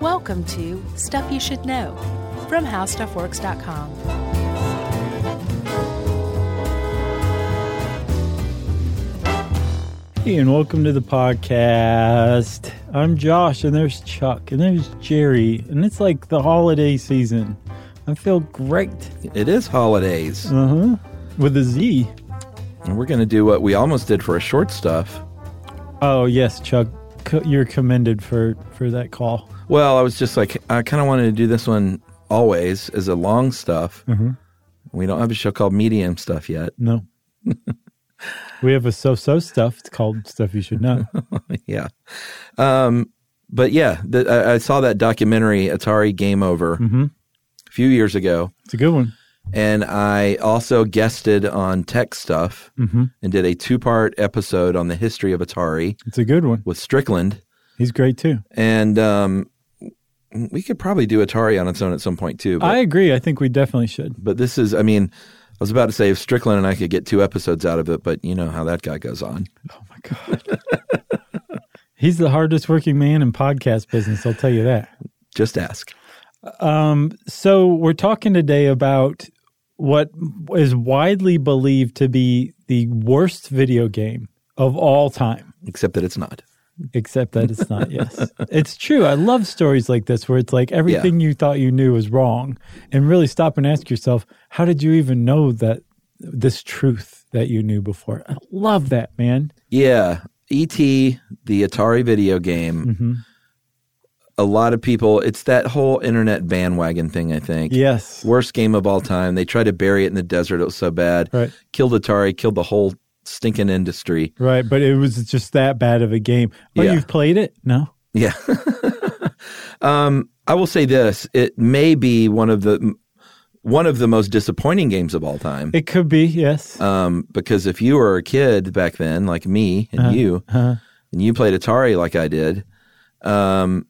Welcome to Stuff You Should Know from HowStuffWorks.com. Hey, and welcome to the podcast. I'm Josh, and there's Chuck, and there's Jerry, and it's like the holiday season. I feel great. It is holidays. Uh huh. With a Z. And we're going to do what we almost did for a short stuff. Oh yes, Chuck, co- you're commended for for that call. Well, I was just like, I kind of wanted to do this one always as a long stuff. We don't have a show called Medium Stuff yet. No, we have a so-so stuff. It's called stuff you should know. yeah. Um, but yeah, the, I, I saw that documentary, Atari Game Over, a few years ago. It's a good one. And I also guested on tech stuff and did a two part episode on the history of Atari It's a good one. with Strickland. He's great too. And um, we could probably do Atari on its own at some point too. But I agree. I think we definitely should. but this is i mean i was about to say if strickland and i could get two episodes out of it but you know how that guy goes on Oh my god. He's the hardest working man in podcast business. I'll tell you that. just ask So we're talking today about what is widely believed to be the worst video game of all time. except that it's not Except that it's not, yes. It's true. I love stories like this where it's like everything you thought you knew was wrong. And really stop and ask yourself, how did you even know that this truth that you knew before? I love that, man. yeah et the atari video game Mm-hmm. a lot of people it's that whole internet bandwagon thing i think Yes. worst game of all time they tried to bury it in the desert it was so bad Right. killed atari killed the whole stinking industry Right. But it was just that bad of a game. But Yeah. you've played it? No. Yeah. um, I will say this: it may be one of the one of the most disappointing games of all time. It could be, yes. Um, because if you were a kid back then, like me and you, and you played Atari like I did, um,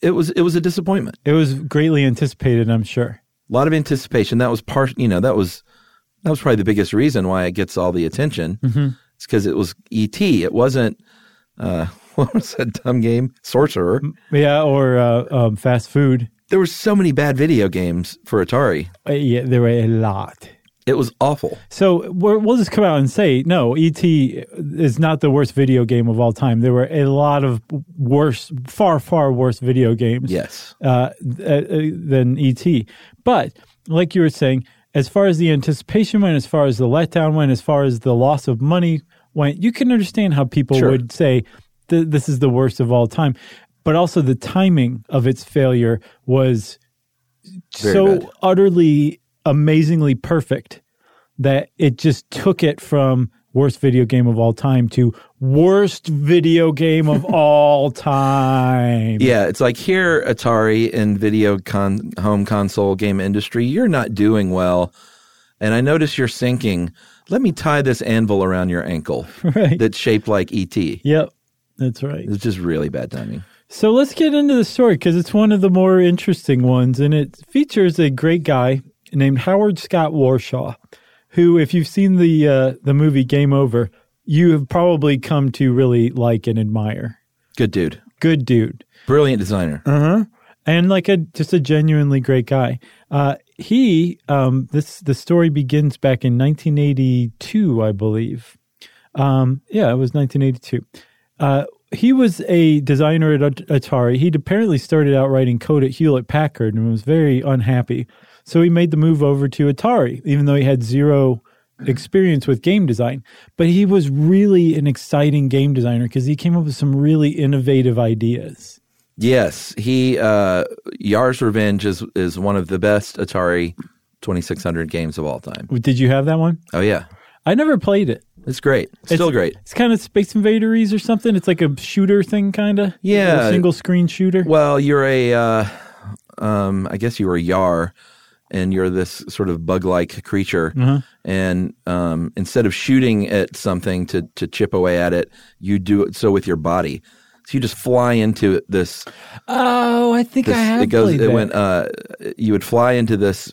it was it was a disappointment. it was greatly anticipated, I'm sure. A lot of anticipation. That was part. You know, that was that was probably the biggest reason why it gets all the attention. It's because it was ET. It wasn't. Uh, what was that dumb game? Sorcerer. Yeah, or uh, um, fast food. there were so many bad video games for Atari. Uh, yeah, there were a lot. It was awful. So we're, we'll just come out and say, no, E.T. is not the worst video game of all time. There were a lot of worse, far, far worse video games Yes. uh, th- uh, than E.T. But like you were saying, as far as the anticipation went, as far as the letdown went, as far as the loss of money went, you can understand how people Sure. would say th- this is the worst of all time. But also the timing of its failure was Very so bad. utterly, amazingly perfect that it just took it from worst video game of all time to worst video game of all time. Yeah, it's like here, Atari and video con- home console game industry, you're not doing well. And I notice you're sinking. Let me tie this anvil around your ankle Right. that's shaped like E ET. It's Yep, that's right. just really bad timing. So let's get into the story because it's one of the more interesting ones, and it features a great guy named Howard Scott Warshaw, who, if you've seen the uh, the movie Game Over, you have probably come to really like and admire. Good dude. Good dude, Brilliant designer. and like a just a genuinely great guy. Uh, he um, this the story begins back in 1982, I believe. Um, yeah, it was 1982. Uh, he was a designer at At- Atari. He'd apparently started out writing code at Hewlett Packard and was very unhappy. So he made the move over to Atari, even though he had zero experience with game design. But he was really an exciting game designer because he came up with some really innovative ideas. Yes, he uh, Yar's Revenge is is one of the best Atari 2600 games of all time. Did you have that one? Oh yeah, I never played it. it's great. Still great. It's kind of Space Invaderies or something. It's like a shooter thing, kind of. Yeah. single screen shooter. Well, you're a, uh, um, I guess you were a Yar, and you're this sort of bug-like creature. Mm-hmm. And um, instead of shooting at something to to chip away at it, you do it so with your body. So you just fly into this. oh, I think this I have it goes. played It that. went. Uh, you would fly into this.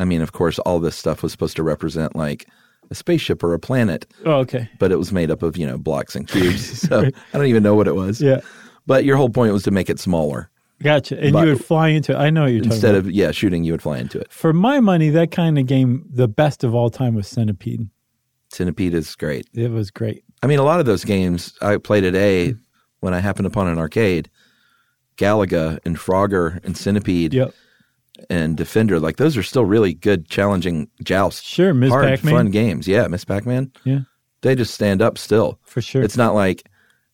I mean, of course, all this stuff was supposed to represent like a spaceship or a planet, oh, okay. but it was made up of you know blocks and cubes. So I don't even know what it was. Yeah. But your whole point was to make it smaller Gotcha. And But- you would fly into it. I know what you're talking instead about. of yeah shooting. You would fly into it. For my money, that kind of game, the best of all time was Centipede. Centipede is great. It was great. I mean, a lot of those games I played at Hmm. A when I happened upon an arcade. Galaga and Frogger and Centipede Yep. and Defender, like those are still really good, challenging joust, Sure, Ms. hard, Pac-Man. fun games. Yeah, Miss Pac-Man. Yeah, They just stand up still. for sure. It's not like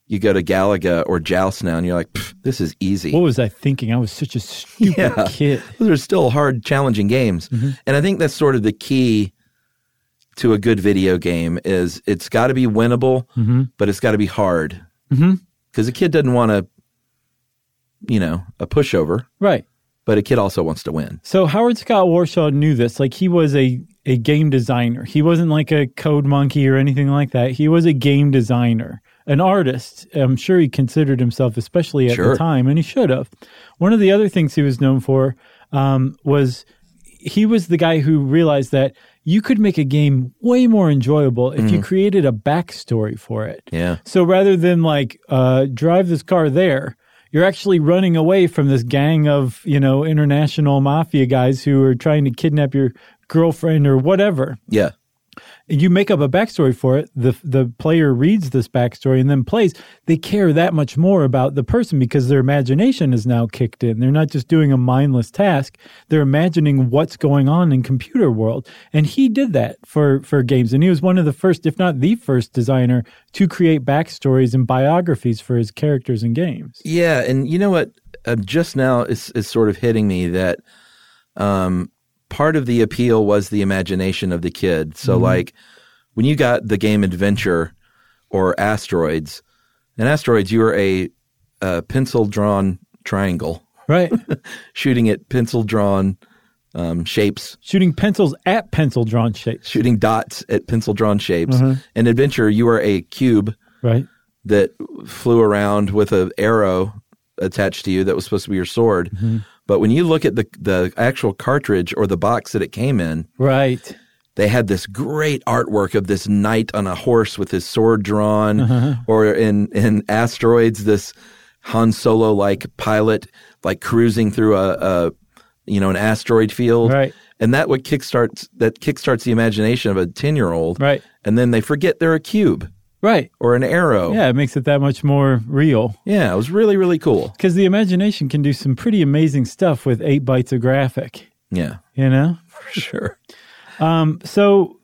you go to Galaga or Joust now and you're like, "Pff, this is easy. what was I thinking? I was such a stupid Yeah. kid. Those are still hard, challenging games. And I think that's sort of the key to a good video game is it's got to be winnable, but it's got to be hard. Because a kid doesn't want to, you know, a pushover, Right. but a kid also wants to win. So Howard Scott Warshaw knew this. Like he was a, a game designer. He wasn't like a code monkey or anything like that. He was a game designer, an artist. I'm sure he considered himself, especially at Sure. the time, and he should have. One of the other things he was known for um, was he was the guy who realized that you could make a game way more enjoyable if you created a backstory for it. Mm. Yeah. So rather than like uh, drive this car there, you're actually running away from this gang of you know international mafia guys who are trying to kidnap your girlfriend or whatever. Yeah. You make up a backstory for it. The the player reads this backstory and then plays. They care that much more about the person because their imagination is now kicked in. They're not just doing a mindless task. They're imagining what's going on in computer world. And he did that for for games. And he was one of the first, if not the first, designer to create backstories and biographies for his characters in games. Yeah, and you know what? Uh, just now is is sort of hitting me that um, part of the appeal was the imagination of the kid. So like when you got the game Adventure or Asteroids, in Asteroids you were a, a pencil drawn triangle Right. shooting at pencil drawn um, shapes, Shooting pencils at pencil drawn shapes. shooting dots at pencil drawn shapes. In Adventure you were a cube Right. that flew around with an arrow attached to you that was supposed to be your sword. Mm-hmm. But when you look at the the actual cartridge or the box that it came in, Right. they had this great artwork of this knight on a horse with his sword drawn, Uh-huh. or in in asteroids, this Han Solo like pilot like cruising through a, a you know an asteroid field, Right. And that would kickstarts that kickstarts the imagination of a ten year old, Right. And then they forget they're a cube Right. or an arrow, Yeah, it makes it that much more real. Yeah, it was really really cool. Because the imagination can do some pretty amazing stuff with eight bytes of graphic, Yeah, you know? for sure. So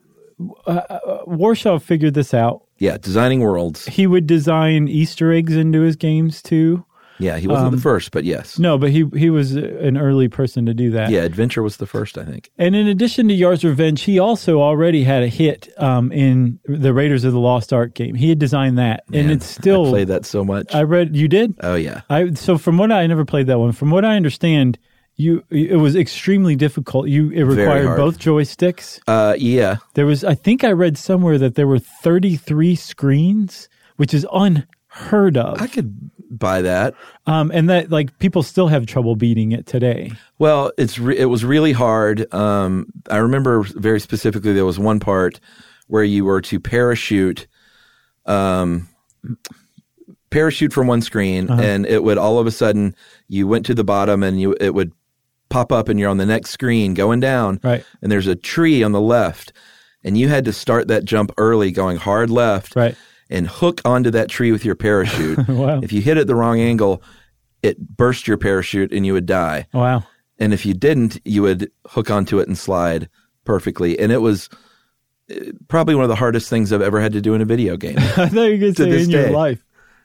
uh, uh, Warshaw figured this out. Yeah, designing worlds. He would design Easter eggs into his games too. Yeah, he Um, wasn't the first, but yes. No, but he, he was an early person to do that. Yeah, Adventure was the first, I think. And in addition to Yar's Revenge, he also already had a hit um, in the Raiders of the Lost Ark game. He had designed that. and Man, it's still. I played that so much. I read. You did? oh yeah. I so from what I I never played that one. From what I understand, you it was extremely difficult. You it required hard. both joysticks. Uh, yeah. There was I think I read somewhere that there were 33 screens, which is unheard of. I could buy that. um and that like people still have trouble beating it today. Well, it's re- it was really hard. Um, I remember very specifically there was one part where you were to parachute, um, parachute from one screen, Uh-huh. and it would all of a sudden you went to the bottom and you it would pop up and you're on the next screen going down, Right. And there's a tree on the left, and you had to start that jump early, going hard left, Right. and hook onto that tree with your parachute. Wow. If you hit it the wrong angle, it burst your parachute and you would die Wow. and if you didn't, you would hook onto it and slide perfectly. And it was eh, probably one of the hardest things I've ever had to do in a video game. I thought you were going to say this in your day. life.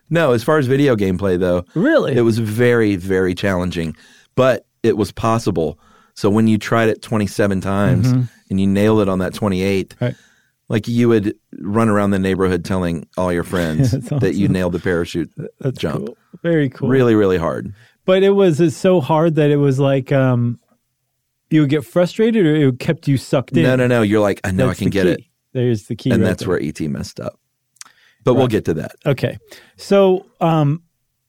no, as far as video gameplay though, Really? it was very, very challenging, but it was possible. So when you tried it 27 times and you nailed it on that 28, Mm-hmm. Right. like you would run around the neighborhood telling all your friends That's that you nailed the parachute That's jump. cool. Very cool. Really, really hard. But it was it's so hard that it was like um you would get frustrated or it kept you sucked in. No, no, no. You're like, I know That's I the can get key. it. There's the key. And right that's there. where ET messed up. But we'll get to that. Okay. So um,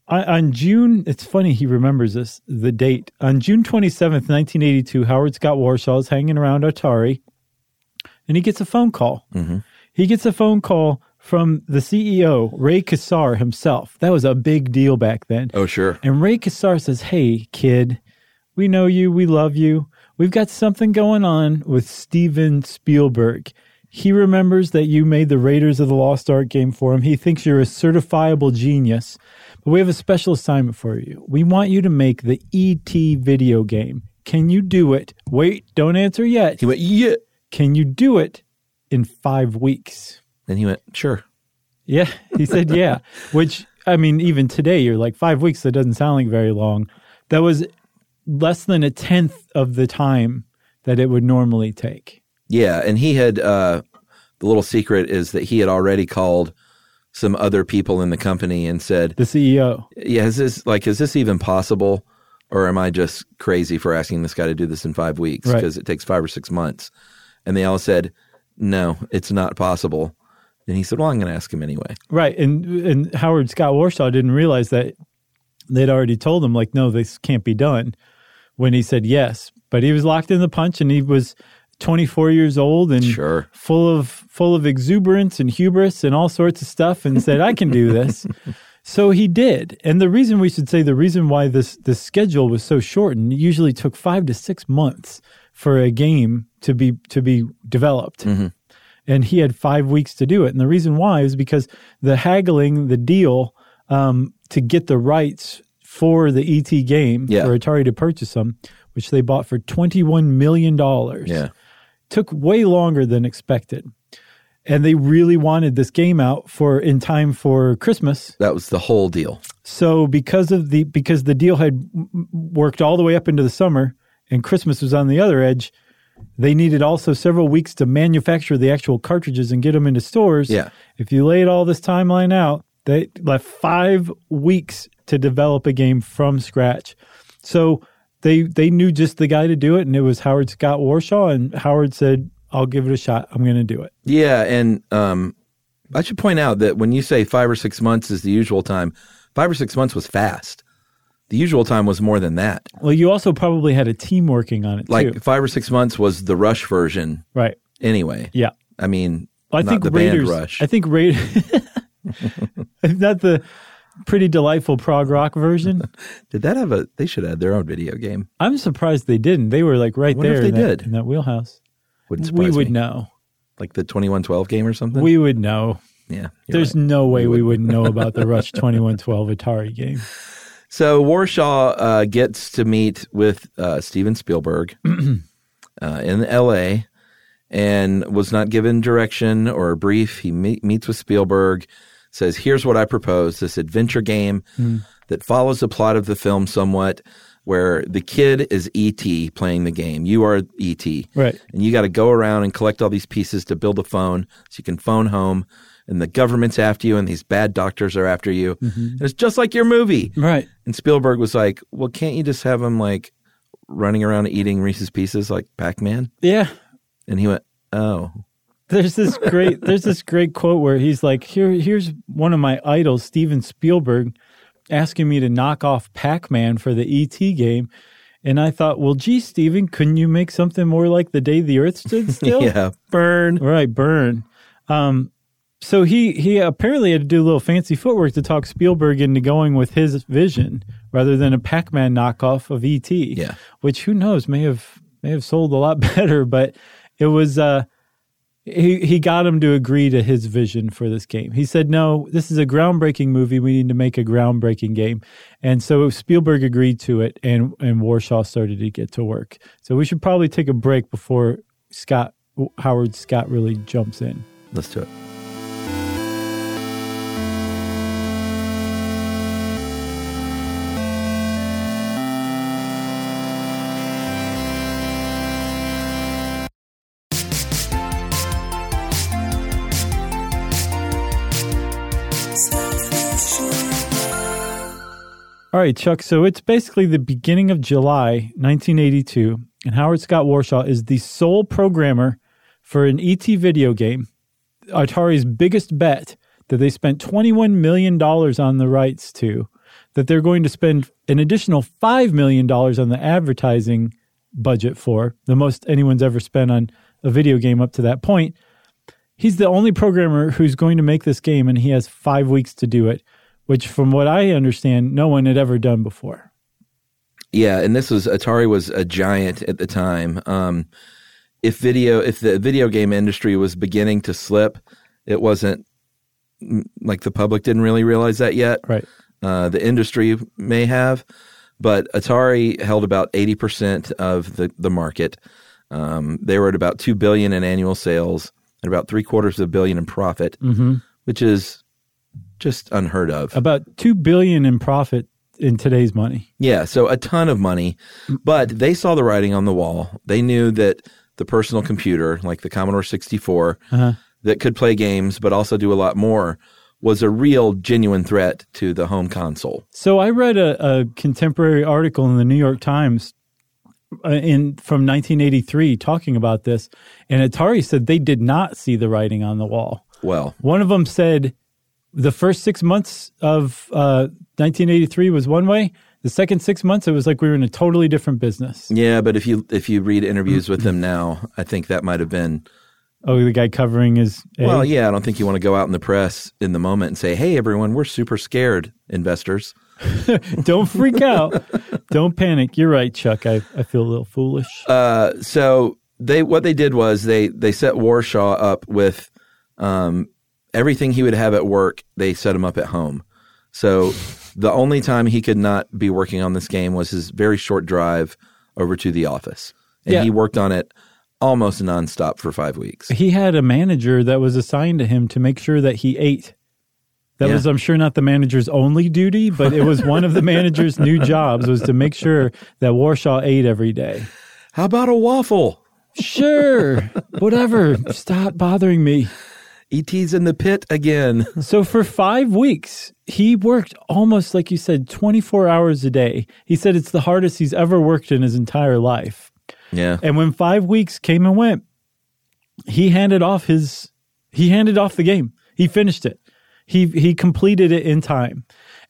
on- on June, it's funny he remembers this, the date. On June 27th, 1982, Howard Scott Warshaw is hanging around Atari and he gets a phone call. He gets a phone call from the CEO, Ray Kassar himself. That was a big deal back then. Oh, sure. And Ray Kassar says, Hey, kid, we know you. We love you. We've got something going on with Steven Spielberg. He remembers that you made the Raiders of the Lost Ark game for him. He thinks you're a certifiable genius. But we have a special assignment for you. We want you to make the ET video game. Can you do it? Wait, don't answer yet. He went, yeah. Can you do it in five weeks? And he went, sure. Yeah, he said yeah, which I mean, even today you're like five weeks. That doesn't sound like very long. That was less than a tenth of the time that it would normally take. Yeah, and he had uh, the little secret is that he had already called some other people in the company and said, The E CEO, "Yeah, is this like is this even possible, or am I just crazy for asking this guy to do this in five weeks Right. because it takes five or six months?" And they all said, "No, it's not possible." And he said, "Well, I'm going to ask him anyway." right? And and Howard Scott Warshaw didn't realize that they'd already told him like, no, this can't be done. When he said yes, but he was locked in the punch, and he was 24 years old and Sure. full of full of exuberance and hubris and all sorts of stuff, and said, "I can do this." So he did. And the reason we should say the reason why this this schedule was so shortened it usually took five to six months for a game to be to be developed. And he had five weeks to do it. And the reason why is because the haggling, the deal um, to get the rights for the ET game Yeah. for Atari to purchase them, which they bought for $21 million Yeah, took way longer than expected. And they really wanted this game out for in time for Christmas. that was the whole deal. So because of the because the deal had w- w- worked all the way up into the summer and Christmas was on the other edge, they needed also several weeks to manufacture the actual cartridges and get them into stores. Yeah. If you laid all this timeline out, they left 5 weeks to develop a game from scratch. So they they knew just the guy to do it and it was Howard Scott Warshaw and Howard said, "I'll give it a shot. I'm going to do it." Yeah, and um, I should point out that when you say five or six months is the usual time, five or six months was fast. The usual time was more than that. Well, you also probably had a team working on it Like too. five or six months was the rush version, Right. anyway. Yeah. I mean, Well, I not think the Raiders. band rush. I think Raiders. not the pretty delightful prog rock version. Did that have a? They should add their own video game. I'm surprised they didn't. They were like right Wonder there if they in, that, did. in that wheelhouse. Wouldn't surprise We would me. know. Like the twenty one twelve game or something. We would know. yeah. you're There's right. no way we wouldn't know about the Rush 2112 Atari game. So Warshaw uh, gets to meet with uh, Steven Spielberg uh, in L.A. and was not given direction or a brief. He me- meets with Spielberg, says, "Here's what I propose: this adventure game that follows the plot of the film somewhat." Where the kid is E.T. playing the game. You are E.T. Right. and you got to go around and collect all these pieces to build a phone so you can phone home and the government's after you and these bad doctors are after you and it's just like your movie Right. and spielberg was like well can't you just have him like running around eating reese's pieces like pac-man Yeah. and he went oh There's this great there's this great quote where he's like, Here here's one of my idols, Steven Spielberg, asking me to knock off Pac-Man for the E.T. game. And I thought, well, gee, Steven, couldn't you make something more like the day the earth stood still? yeah burn Right, burn. Um, so he he apparently had to do a little fancy footwork to talk Spielberg into going with his vision rather than a Pac-Man knockoff of ET. Yeah. which who knows may have may have sold a lot better, but it was. Uh, he, he got him to agree to his vision for this game. He said, No, this is a groundbreaking movie. We need to make a groundbreaking game. And so Spielberg agreed to it, and, and Warshaw started to get to work. So we should probably take a break before Scott Howard Scott really jumps in. let's do it All right, Chuck. So it's basically the beginning of July 1982, and Howard Scott Warshaw is the sole programmer for an ET video game, Atari's biggest bet that they spent $21 million on the rights to, that they're going to spend an additional $5 million on the advertising budget for, the most anyone's ever spent on a video game up to that point. he's the only programmer who's going to make this game, and he has five weeks to do it, which, from what I understand, no one had ever done before. Yeah, and this was Atari was a giant at the time. Um, if video, if the video game industry was beginning to slip, it wasn't m- like the public didn't really realize that yet. Right. Uh, the industry may have, but Atari held about eighty percent of the the market. Um, they were at about two billion in annual sales and about three quarters of a billion in profit, which is just unheard of. About two billion in profit in today's money. Yeah, so a ton of money, but they saw the writing on the wall. They knew that the personal computer, like the Commodore 64, that could play games but also do a lot more, was a real genuine threat to the home console. So I read a, a contemporary article in the New York Times uh, in from 1983 talking about this, and Atari said they did not see the writing on the wall. Well, One of them said the first six months of uh, 1983 was one way. The second six months, it was like we were in a totally different business. yeah, but if you if you read interviews with them now, I think that might have been Oh, the guy covering his. egg. well, yeah, I don't think you want to go out in the press in the moment and say, "Hey everyone, we're super scared investors." Don't freak out. Don't panic. You're right, Chuck. I, I feel a little foolish. Uh, so they what they did was they they set Warshaw up with um, everything he would have at work. They set him up at home. So the only time he could not be working on this game was his very short drive over to the office, and Yeah. Eh. he worked on it almost nonstop for five weeks. he had a manager that was assigned to him to make sure that he ate. That Yeah. was, I'm sure, not the manager's only duty, but it was one of the manager's new jobs was to make sure that Warshaw ate every day. How about a waffle? Sure, whatever. Stop bothering me. ET's E in the pit again. So for five weeks, he worked almost like you said, 24 hours a day. He said it's the hardest he's ever worked in his entire life. Yeah, And when five weeks came and went, he handed off his he handed off the game. He finished it. He he completed it in time.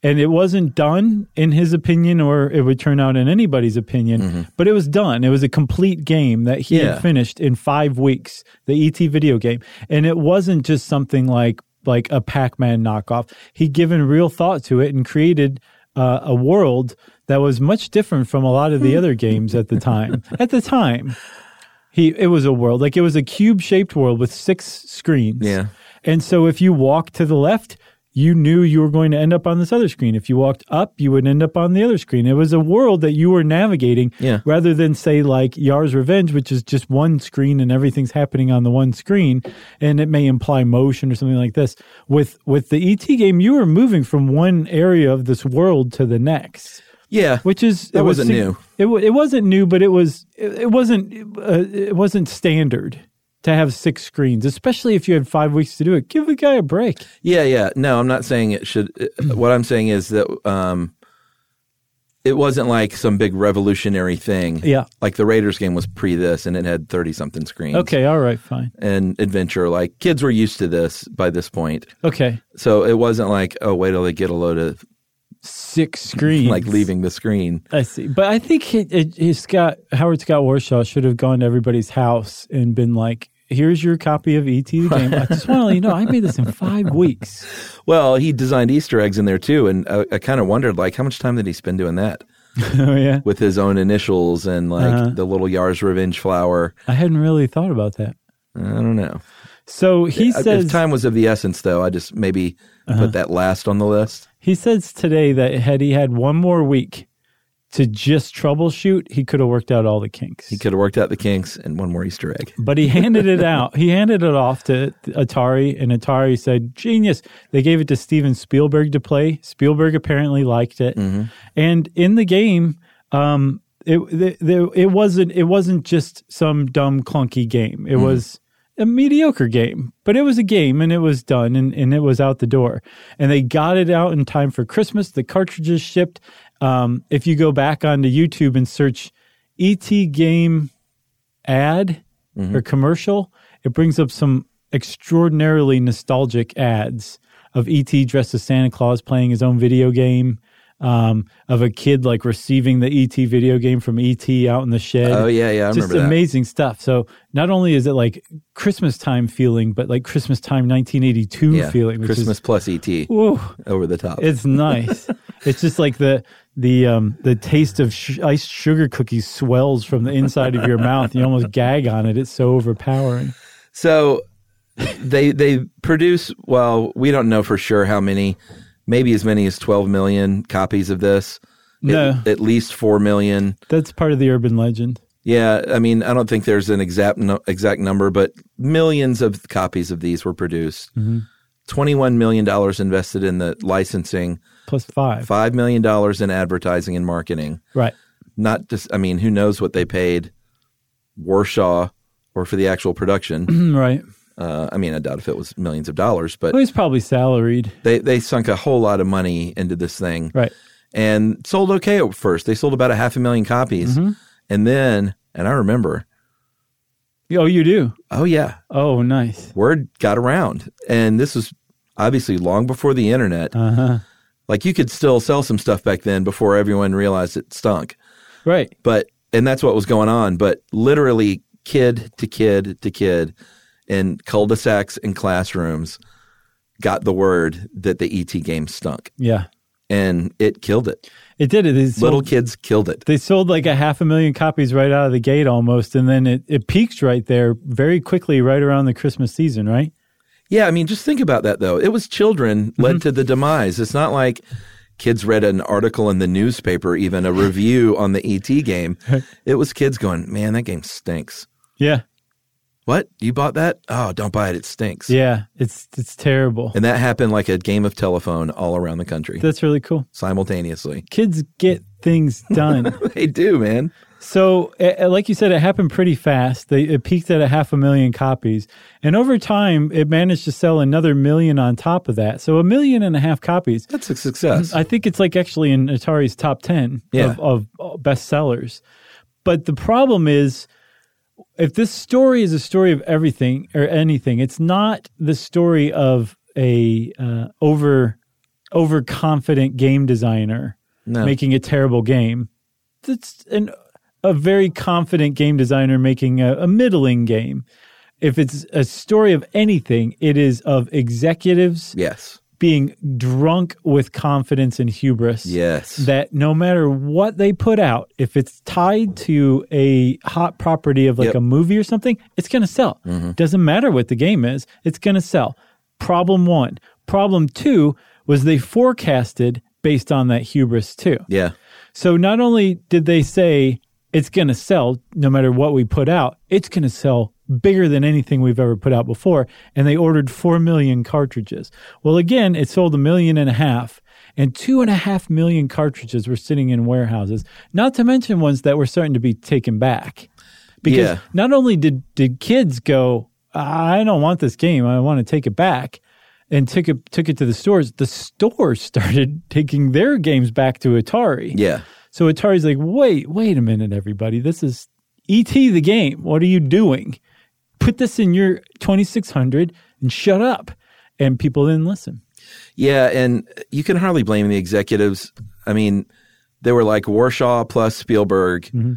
And it wasn't done in his opinion, or it would turn out in anybody's opinion, but it was done. It was a complete game that he Yeah. had finished in five weeks, the ET video game. And it wasn't just something like like a Pac-Man knockoff. He'd given real thought to it and created uh, a world that was much different from a lot of the other games at the time. At the time, he it was a world like it was a cube shaped world with six screens. Yeah. And so if you walked to the left, you knew you were going to end up on this other screen. If you walked up, you would end up on the other screen. It was a world that you were navigating Yeah. rather than say like Yar's Revenge, which is just one screen and everything's happening on the one screen and it may imply motion or something like this. With with the ET game, you were moving from one area of this world to the next yeah. which is That it was wasn't sig- new. It wa- it wasn't new, but it was it, it wasn't uh, it wasn't standard to have six screens, especially if you had five weeks to do it. Give the guy a break. Yeah, yeah. No, I'm not saying it should. uh, what I'm saying is that um, it wasn't like some big revolutionary thing. Yeah. Like the Raiders game was pre this and it had 30 something screens. Okay, all right, fine. And adventure. Like kids were used to this by this point. Okay, So it wasn't like, oh, wait till they get a load of six screens. like leaving the screen. I see, but I think it, it, it Scott Howard Scott Warshaw should have gone to everybody's house and been like. Here's your copy of ET the game. I just want to let you know I made this in five weeks. Well, he designed Easter eggs in there too. And I, I kind of wondered, like, how much time did he spend doing that oh yeah, with his own initials and like Uh-huh. the little Yar's Revenge flower? I hadn't really thought about that. I don't know. So he Uh, says Uh-huh. if time was of the essence, though, I just maybe put that last on the list. He says today that had he had one more week to just troubleshoot, he could have worked out all the kinks. He could have worked out the kinks and one more Easter egg. But he handed it out. He handed it off to Atari, and Atari said, "Genius." They gave it to Steven Spielberg to play. Spielberg apparently liked it, and in the game, um, it the, the, it wasn't it wasn't just some dumb clunky game. It was a mediocre game, but it was a game, and it was done, and, and it was out the door. And they got it out in time for Christmas. The cartridges shipped. Um, if you go back onto YouTube and search "ET game." ad Mm-hmm. or commercial, it brings up some E extraordinarily nostalgic ads of ET dressed as Santa Claus playing his own video game. um, of a kid like receiving the ET video game from ET out in the shed. Oh, yeah, yeah, I just remember that. amazing stuff. So not only is it like Christmas time feeling, but like Christmas time 1982 yeah. feeling. Which Christmas Is, plus ET whoa, over the top. it's nice. it's just like the the um the taste of sh- iced sugar cookies swells from the inside of your mouth. You almost gag on it. It's so overpowering. So they they produce well, we don't know for sure how many, maybe as many as 12 million copies of this. At- No. At, least 4 million. That's part of the urban legend. Yeah, I mean, I don't think there's an exact no, exact number, but millions of copies of these were produced. Mm-hmm. 21 million dollars invested in the licensing, Plus five. 5 million dollars in advertising and marketing. Right. Not just I mean, who knows what they paid Warshaw or for the actual production. Mm, Right. uh, I mean, I doubt if it was millions of dollars, but Well, he's probably salaried. they they sunk a whole lot of money into this thing Right. and sold okay at first they sold about a half a million copies and then and i remember Oh, you do? oh yeah Oh, nice. word got around and this was obviously long before the internet Uh huh. like you could still sell some stuff back then before everyone realized it stunk Right. but and that's what was going on but literally kid to kid to kid in cul-de-sacs and classrooms got the word that the et game stunk Yeah. and it killed it It did it. They sold, little kids killed it they sold like a half a million copies right out of the gate almost. And then it, it peaked right there very quickly, right around the Christmas season, right? Yeah, I mean, just think about that though. It was children led to the demise. It's not like kids read an article in the newspaper, even a review on the ET game. It was kids going, "Man, that game stinks." Yeah. What you bought that? Oh, don't buy it. It stinks. Yeah. It's, it's terrible. And that happened like a game of telephone all around the country That's really cool. simultaneously. Kids get things done. They do, man. So, uh, like you said, it happened pretty fast. They, it peaked at a half a million copies. And over time, it managed to sell another million on top of that. So, a million and a half copies. That's a success. I think it's like actually in Atari's top 10 Yeah. of, of uh, bestsellers. But the problem is, if this story is a story of everything or anything, it's not the story of a uh, over overconfident game designer No. making a terrible game. It's an a very confident game designer making a, a middling game. If it's a story of anything, it is of executives yes. being drunk with confidence and hubris. Yes. That no matter what they put out, if it's tied to a hot property of like Yep. Mm-hmm. a movie or something, it's going to sell. Doesn't matter what the game is, it's going to sell. Problem one. Problem two was they forecasted based on that hubris too. yeah. So not only did they say it's going to sell no matter what we put out, it's going to sell bigger than anything we've ever put out before. And they ordered 4 million cartridges. Well, again, it sold a million and a half. And two and a half million cartridges were sitting in warehouses, not to mention ones that were starting to be taken back. Because Yeah. not only did, did kids go, I don't want this game, I want to take it back, and took it, took it to the stores, the stores started taking their games back to Atari. Yeah. So Atari's like, wait, wait a minute, everybody. This is ET the game. What are you doing? Put this in your 2600 and shut up. And people didn't listen. Yeah, and you can hardly blame the executives. I mean, they were like Warshaw plus Spielberg Mm-hmm.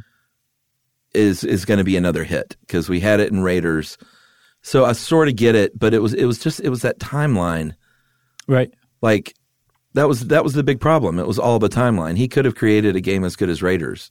is is going to be another hit because we had it in Raiders. So I sort of get it, but it was it was just it was that timeline. Right. Like that was that was the big problem. It was all the timeline. He could have created a game as good as Raiders.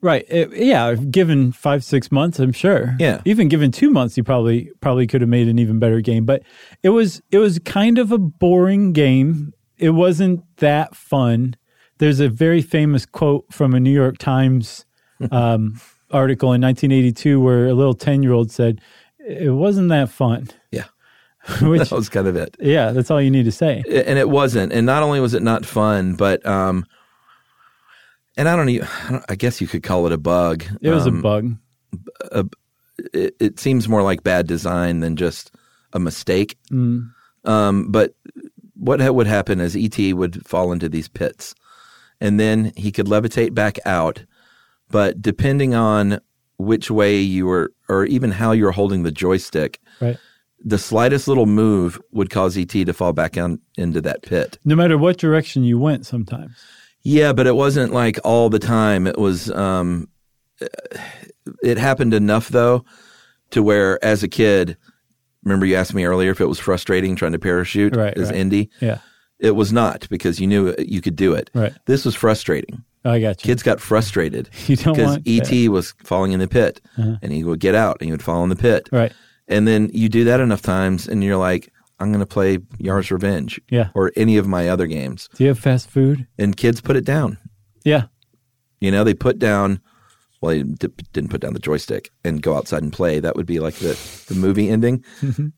Right. It- yeah. Given five, six months, I'm sure. Yeah. Even given two months, you probably probably could have made an even better game. But it was it was kind of a boring game. It wasn't that fun. There's a very famous quote from a New York Times um, article in 1982 where a little 10 year old said, "It wasn't that fun." Yeah, Which that was kind of it. yeah, that's all you need to say. and it wasn't. And not only was it not fun, but um, and I don't even. I, don't, I guess you could call it a bug. It was Um, a bug. it, it seems more like bad design than just a mistake. Um, but what ha- would happen is ET would fall into these pits, and then he could levitate back out. But depending on which way you were, or even how you were holding the joystick, Right. the slightest little E move would cause ET to fall back on into that pit. No matter what direction you went, sometimes. Yeah, but it wasn't like all the time. It was um it happened enough though to where as a kid, remember you asked me earlier if it was frustrating trying to parachute Right, as right. indie? Yeah. It was not because you knew it- you could do it. Right. This was frustrating. I got you. Kids got frustrated You don't because want Uh-huh. ET was falling in the pit and he would get out and he would fall in the pit. Right. And then you do that enough times and you're like, I'm going to play Yar's Revenge Yeah. or any of my other games. Do you have fast food? And kids put it down. Yeah. You know, they put down, well, they d- didn't put down the joystick and go outside and play. That would be like the, the movie ending.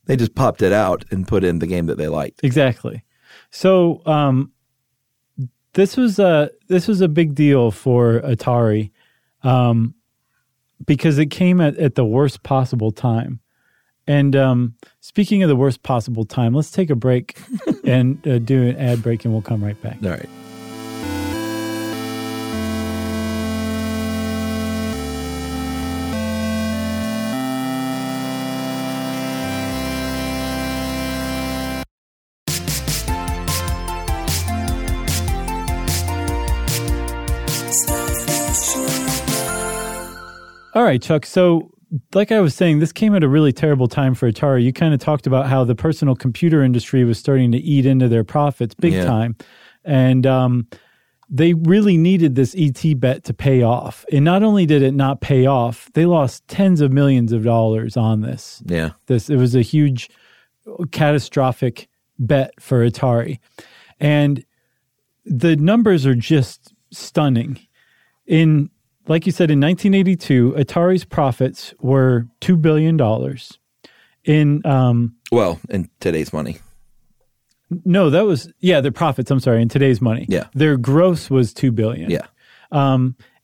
They just popped it out and put in the game that they liked. Exactly. So um, this was a this was a big deal for Atari um, because it came at, at the worst possible time. And um, speaking of the worst possible time, let's take a break and uh, do an ad break, and we'll come right back. All right. All right, Chuck. So, like I was saying, this came at a really terrible time for Atari. You kind of talked about how the personal computer industry was starting to eat into their profits big Yeah. time. And um, they really needed this ET bet to pay off. And not only did it not pay off, they lost tens of millions of dollars on this. Yeah. This it was a huge catastrophic bet for Atari. And the numbers are just stunning. In like you said in 1982, Atari's profits were 2 billion dollars. In um Well, in today's money. no, that was yeah, their profits, I'm sorry, in today's money. Yeah. Their gross was 2 billion. Yeah.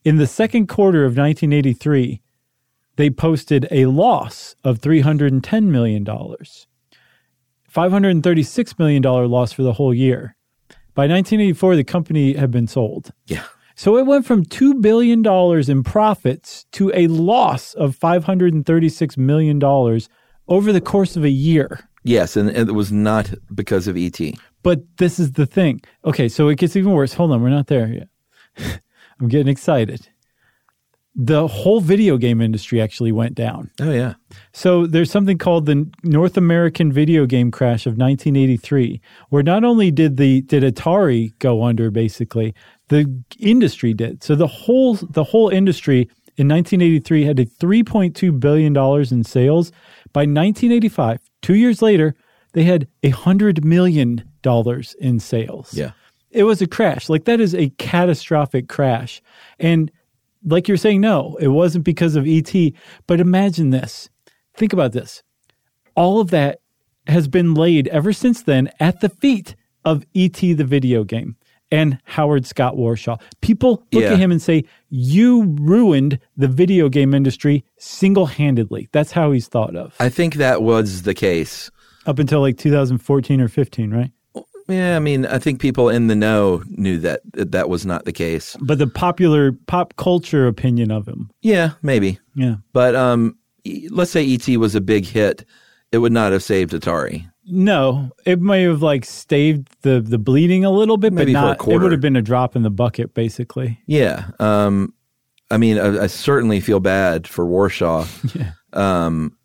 In the second quarter of 1983, they posted a loss of $310 million, $536 million loss for the whole year. By 1984, the company had been sold. Yeah. So it went from $2 billion in profits to a loss of $536 million over the course of a year. Yes. And, and it was not because of E ET. But this is the thing. Okay, so it gets even worse. Hold on, we're not there yet. I'm getting excited. The whole video game industry actually went down. Oh, yeah. So there's something called the North American video game crash of 1983, where not only did the did Atari go under, basically the industry did. So the whole the whole industry in 1983 had a 3.2 billion dollars in sales. By 1985, two years later, they had a hundred million dollars in sales Yeah. it was a crash. Like that is a catastrophic crash. And like you're saying, no, it wasn't because of ET. But imagine this. Think about this. All of that has been laid ever since then at the feet of ET the video game and Howard Scott Warshaw. People look Yeah. at him and say, You ruined the video game industry single handedly. That's how he's thought of. I think that was the case. Up until like 2014 or 15, right? Yeah. I mean, I think people in the know knew that that that was not the case. But the popular pop culture opinion of him. Yeah. Maybe. Yeah. But um, e- let's say ET was a big hit, it would not have saved Atari. No, it may have like staved the the bleeding a little bit, Maybe but for a not. It quarter. would have been a drop in the bucket, basically. Yeah. Um, I mean, I, I certainly feel bad for Warshaw. Um,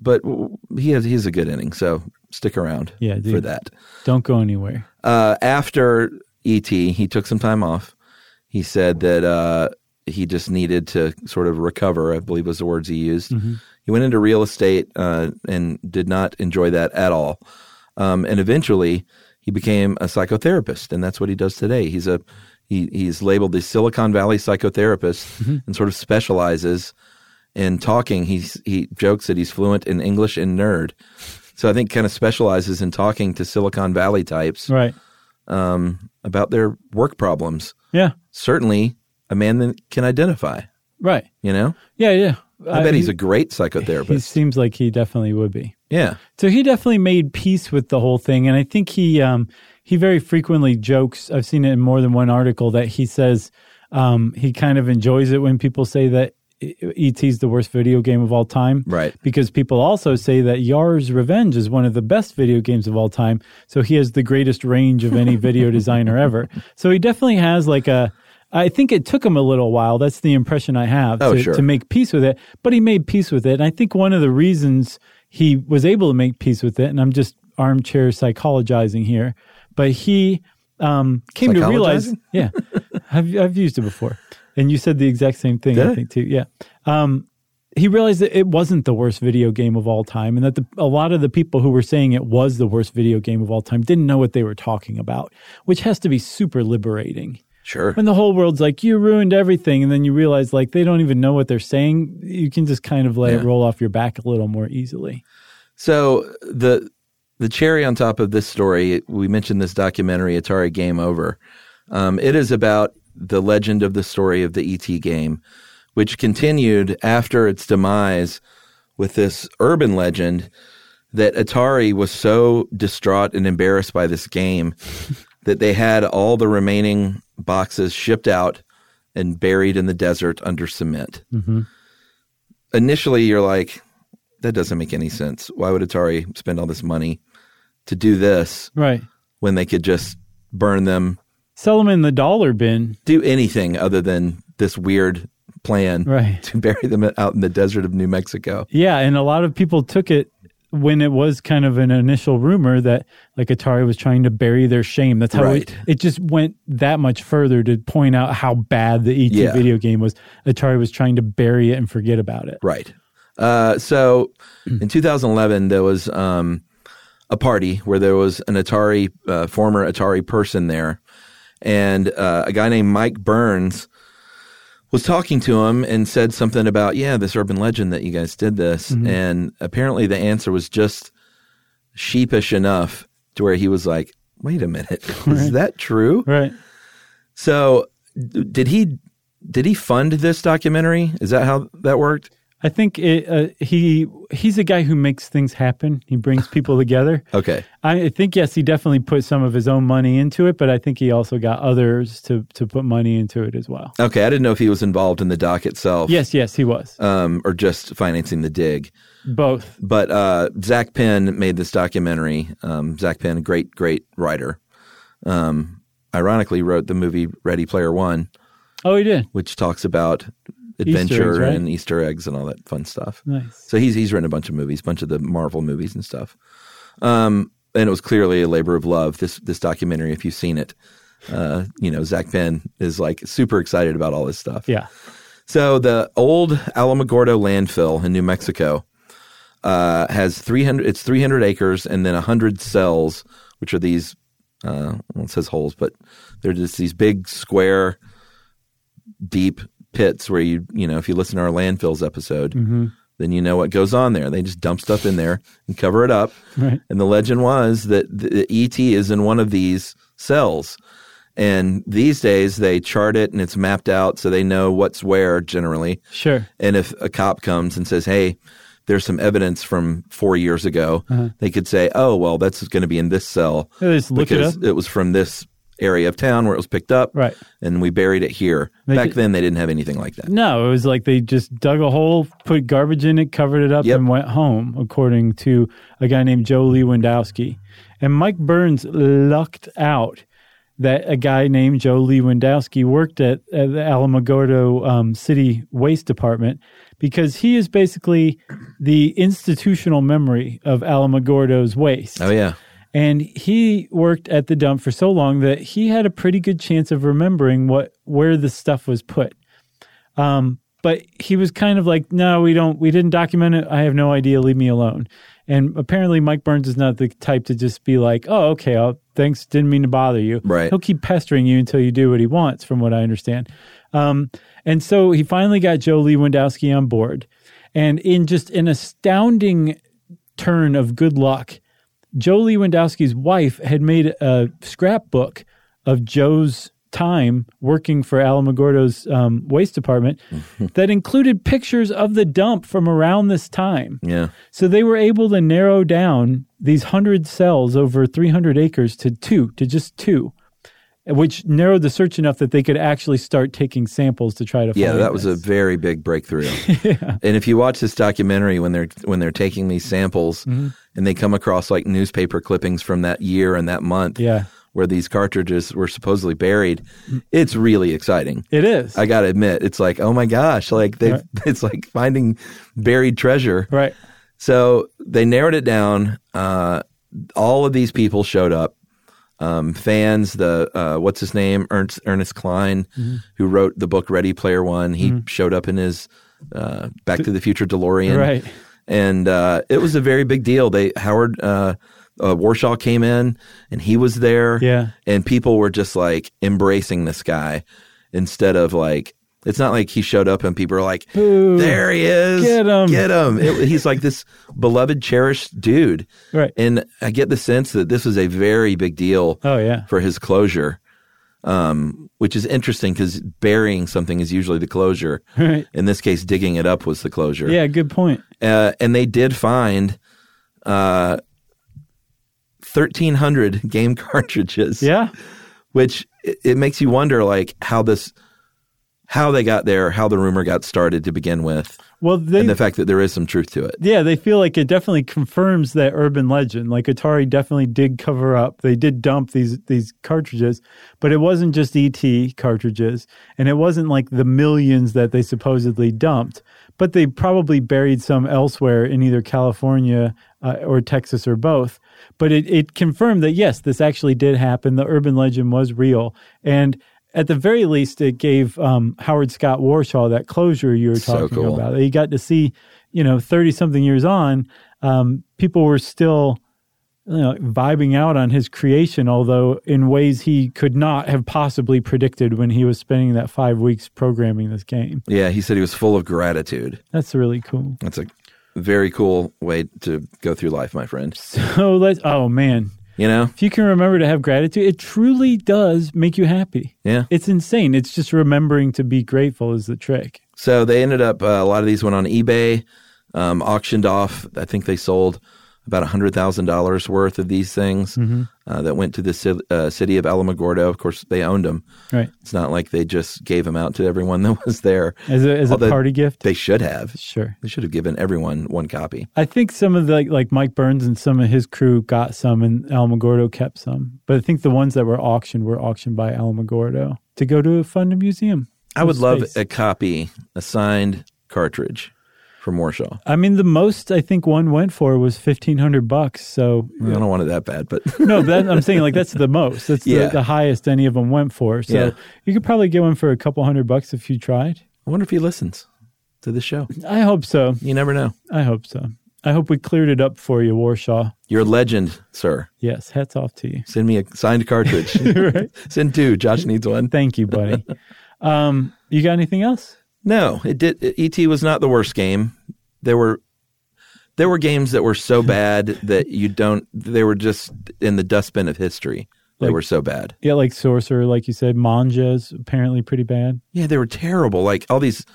but w- he has he's a good inning, so stick around Yeah, for dude. that. Don't go anywhere. Uh, after ET, he took some time off. He said that uh, he just needed to sort of recover. I believe was the words he used. He went into real estate uh, and did not enjoy that at all. Um, and eventually, he became a psychotherapist, and that's what he does today. He's a he, he's labeled the Silicon Valley psychotherapist and sort of specializes in talking. He's he jokes that he's fluent in English and nerd. So I think kind of specializes in talking to Silicon Valley types Right? um, about their work problems. Yeah. Certainly, a man that can identify. Right. You know, Yeah. Yeah. Uh, I bet he's a great psychotherapist. He seems like he definitely would be. yeah, So he definitely made peace with the whole thing, and I think he um, he very frequently jokes. I've seen it in more than one article that he says um, he kind of enjoys it when people say that ET's the worst video game of all time. Right. Because people also say that Yar's Revenge is one of the best video games of all time. So he has the greatest range of any video designer ever. So he definitely has like a. I think it took him a little while. That's the impression I have Oh, to, sure. to make peace with it. But he made peace with it. And I think one of the reasons he was able to make peace with it, and I'm just armchair psychologizing here, but he um, came to realize. Psychologizing? Yeah. I've, I've used it before. And you said the exact same thing, Did I I? think, too. Yeah. Um, he realized that it wasn't the worst video game of all time, and that the, a lot of the people who were saying it was the worst video game of all time didn't know what they were talking about, which has to be super liberating Sure. when the whole world's like you ruined everything and then you realize like they don't even know what they're saying you can just kind of let it Yeah. roll off your back a little more easily So the the cherry on top of this story, we mentioned this documentary, Atari Game Over. Um, it is about the legend of the story of the ET game, which continued after its demise with this urban legend that Atari was so distraught and embarrassed by this game that they had all the remaining boxes shipped out and buried in the desert under cement. Initially, you're like, that doesn't make any sense. Why would Atari spend all this money to do this right when they could just burn them, sell them in the dollar bin do anything other than this weird plan Right. to bury them out in the desert of New Mexico? yeah and a lot of people took it when it was kind of an initial rumor that like atari was trying to bury their shame that's how it, Right. it just went that much further to point out how bad the et Yeah. video game was atari was trying to bury it and forget about it Right. Uh, so in 2011, there was um, a party where there was an Atari, uh, former Atari person there. And uh, a guy named Mike Burns was talking to him and said something about, yeah, this urban legend that you guys did this. And apparently the answer was just sheepish enough to where he was like, wait a minute, is that true? right So d- did he. Did he fund this documentary? Is that how that worked? I think it, uh, he he's a guy who makes things happen. He brings people together. Okay. I think yes, he definitely put some of his own money into it, but I think he also got others to to put money into it as well. Okay, I didn't know if he was involved in the dock itself, Yes, yes, he was um, or just financing the dig. both. But uh, Zach Penn made this documentary. Um, Zach Penn, great, great writer. Um, ironically, wrote the movie Ready Player One, Oh, he did. which talks about adventure eggs, right? and Easter eggs and all that fun stuff. Nice. So he's he's written a bunch of movies, bunch of the Marvel movies and stuff. Um, and it was clearly a labor of love. This this documentary, if you've seen it, uh, you know Zach Penn is like super excited about all this stuff. Yeah. So the old Alamogordo landfill in New Mexico uh, has 300. It's 300 acres and then 100 cells, which are these. Uh, well, it says holes, but they're just these big square, deep pits where you you know if you listen to our landfills episode, then you know what goes on there. They just dump stuff in there and cover it up. Right. And the legend was that the the ET is in one of these cells. And these days they chart it and it's mapped out so they know what's where generally. Sure. And if a cop comes and says, hey, there's some evidence from four years ago, they could say, oh, well, that's going to be in this cell. Yeah, they just look Uh-huh. it because up. was from this area of town where it was picked up. Right. And we buried it here. They Back ju- then, they didn't have anything like that. No, it was like they just dug a hole, put garbage in it, covered it up, Yep. and went home, according to a guy named Joe Lewandowski. And Mike Burns lucked out that a guy named Joe Lewandowski worked at, at the Alamogordo um, City Waste Department because he is basically the institutional memory of Alamogordo's waste. Oh, yeah. And he worked at the dump for so long that he had a pretty good chance of remembering what where the stuff was put. Um, but he was kind of like, "No, we don't. We didn't document it. I have no idea. Leave me alone." And apparently, Mike Burns is not the type to just be like, "Oh, okay. I'll, thanks. Didn't mean to bother you." Right. He'll keep pestering you until you do what he wants, from what I understand. Um, and so he finally got Joe Lewandowski on board, and in just an astounding turn of good luck, Joe Lewandowski's wife had made a scrapbook of Joe's time working for Alamogordo's um, waste department that included pictures of the dump from around this time. Yeah. So they were able to narrow down these 100 cells over 300 acres to two, to just two. which narrowed the search enough that they could actually start taking samples to try to Yeah, find that was a this. very big breakthrough. And if you watch this documentary when they're when they're taking these samples and they come across like newspaper clippings from that year and that month Yeah. where these cartridges were supposedly buried, it's really exciting. It is. I got to admit, it's like, oh my gosh, like they have it's like finding buried treasure. right. So they narrowed it down. Uh, all of these people showed up. Um, fans, the uh, what's his name, Ernst Ernest Klein, Mm-hmm. who wrote the book Ready Player One. He showed up in his uh, Back to the Future DeLorean, Right. And uh, it was a very big deal. They Howard uh, uh, Warshaw came in, and he was there. Yeah. and people were just like embracing this guy instead of like. It's not like he showed up and people are like, Boo. "There he is, Get him." get him!" It- he's like this beloved, cherished dude. Right. And I get the sense that this was a very big deal Oh, yeah. for his closure, um, which is interesting because burying something is usually the closure. Right. In this case, digging it up was the closure. Yeah, good point. Uh, and they did find uh, 1,300 game cartridges, Yeah. which it, it makes you wonder like how this. How they got there, how the rumor got started to begin with, Well, they and the fact that there is some truth to it. yeah, they feel like it definitely confirms that urban legend. Like Atari definitely did cover up. They did dump these these cartridges, but it wasn't just ET cartridges, and it wasn't like the millions that they supposedly dumped. But they probably buried some elsewhere in either California uh, or Texas or both. But it, it confirmed that yes, this actually did happen. The urban legend was real, and at the very least, it gave um, Howard Scott Warshaw that closure you were So talking cool. about. Uh, You got to see, you know, thirty something years on, um, people were still you know, vibing out on his creation, although in ways he could not have possibly predicted when he was spending that five weeks programming this game. Yeah, he said he was full of gratitude. That's really cool. That's a very cool way to go through life, my friend. So let's. Oh man, You know? if you can remember to have gratitude, it truly does make you happy. Yeah. It's insane. It's just remembering to be grateful is the trick. So they ended up, uh, a lot of these went on eBay, um, auctioned off. I think they sold about $100,000 worth of these things Mm-hmm. uh, that went to the ci- uh, city of Alamogordo. Of course, they owned them. Right. It's not like they just gave them out to everyone that was there. As a, as a Although party gift. They should have. sure. They should have given everyone one copy. I think some of the like, like Mike Burns and some of his crew got some, and Alamogordo kept some. But I think the ones that were auctioned were auctioned by Alamogordo to go to a fund museum. I would Space. love a copy, a signed cartridge from Warshaw. I mean, the most I think one went for was fifteen hundred bucks. So I don't want it that bad, but no, that, I'm saying like that's the most. That's Yeah. the, the highest any of them went for. So Yeah. you could probably get one for a couple hundred bucks if you tried. I wonder if he listens to the show. I hope so. You never know. I hope so. I hope we cleared it up for you, Warshaw. You're a legend, sir. Yes, hats off to you. Send me a signed cartridge. Send two. Josh needs one. Thank you, buddy. um, you got anything else? No, it did. ET was not the worst game. There were there were games that were so bad that you don't. They were just in the dustbin of history. They Like- were so bad. Yeah, like sorcerer, like you said, manja's apparently pretty bad. Yeah, they were terrible. Like all these,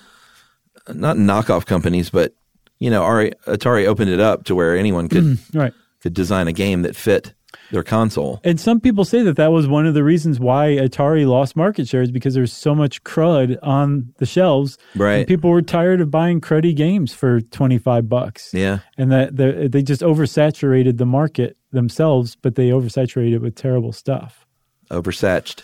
not knockoff companies, but you know, Ari, Atari opened it up to where anyone could Right. could design a game that fit their console. And some people say that that was one of the reasons why Atari lost market share is because there's so much crud on the shelves. Right. And people were tired of buying cruddy games for 25 bucks. Yeah. And that the- they just oversaturated the market themselves, but they oversaturated it with terrible stuff. Oversatched.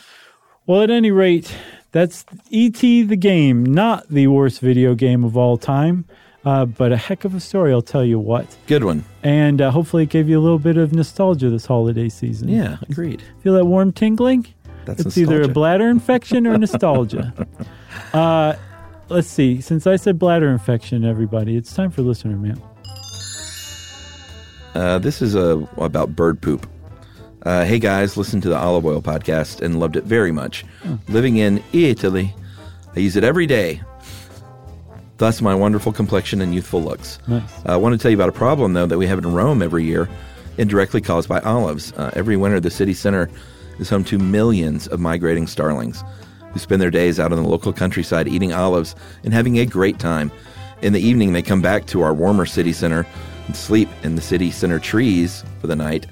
Well, at any rate, that's E.T. the game, not the worst video game of all time, uh, but a heck of a story, I'll tell you what. Good one. And uh, hopefully, it gave you a little bit of nostalgia this holiday season. Yeah. Agreed. Feel that warm tingling? That's It's either a nostalgia. bladder infection or nostalgia. uh, let's see. Since I said bladder infection, everybody, it's time for listener mail. Uh, this is uh, about bird poop. Uh, hey guys, listened to the olive oil podcast and loved it very much. Living in Italy, I use it every day. Thus, my wonderful complexion and youthful looks. Nice. Uh, I want to tell you about a problem, though, that we have in Rome every year, indirectly caused by olives. Uh, every winter, the city center is home to millions of migrating starlings who spend their days out in the local countryside eating olives and having a great time. In the evening, they come back to our warmer city center and sleep in the city center trees for the night.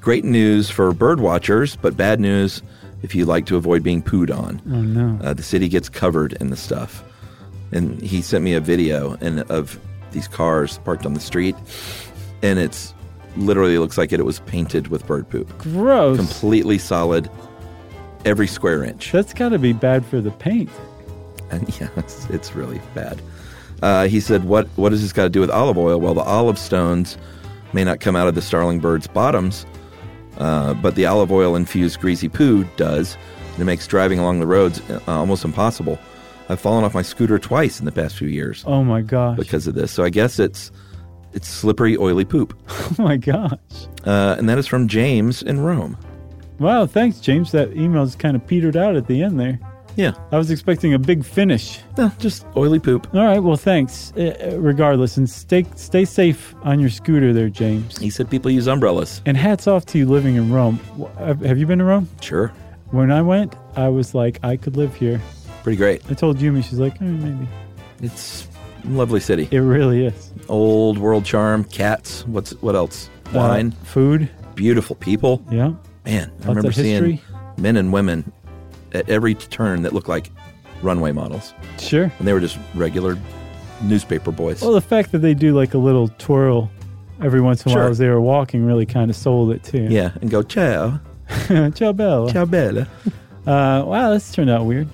Great news for bird watchers, but bad news if you like to avoid being pooed on. Oh no. Uh, the city gets covered in the stuff. And he sent me a video and of these cars parked on the street, and it's literally looks like it, it was painted with bird poop, Gross. completely solid, every square inch. That's got to be bad for the paint. And yeah, it's, it's really bad. Uh, he said, "What what does this got to do with olive oil? Well, the olive stones may not come out of the starling bird's bottoms, uh, but the olive oil infused greasy poo does, and it makes driving along the roads uh, almost impossible. I've fallen off my scooter twice in the past few years Oh my gosh. because of this. So I guess it's it's slippery, oily poop." Oh my gosh. Uh, and that is from James in Rome. Wow. Thanks, James. That email's kind of petered out at the end there. Yeah, I was expecting a big finish. Eh, just oily poop. All right. Well, thanks. Uh, uh, regardless, and stay stay safe on your scooter there, James. He said people use umbrellas. And hats off to you living in Rome. Wh- have- Have you been to Rome? Sure, When I went, I was like, I could live here. pretty great. I told Yumi, she's like, eh, maybe. It's a lovely city. It really is. Old world charm, cats. What's what else? Wine, Uh, food. beautiful people. Yeah. Man, I remember of seeing history. men and women at every turn that looked like runway models, Sure. and they were just regular newspaper boys. Well, the fact that they do like a little twirl every once in a Sure. while as they were walking really kind of sold it too. yeah, and go ciao, Ciao, Bella. ciao bella. Uh, wow, this turned out weird.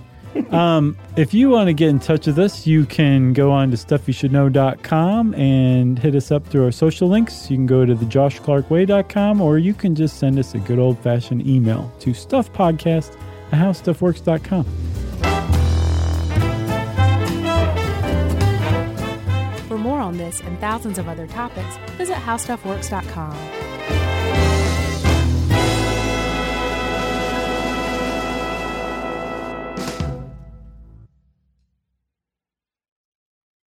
um, if you want to get in touch with us, you can go on to stuffyoushouldknow.com and hit us up through our social links. You can go to the joshclarkway.com or you can just send us a good old fashioned email to stuffpodcast at howstuffworks.com. For more on this and thousands of other topics, visit howstuffworks.com.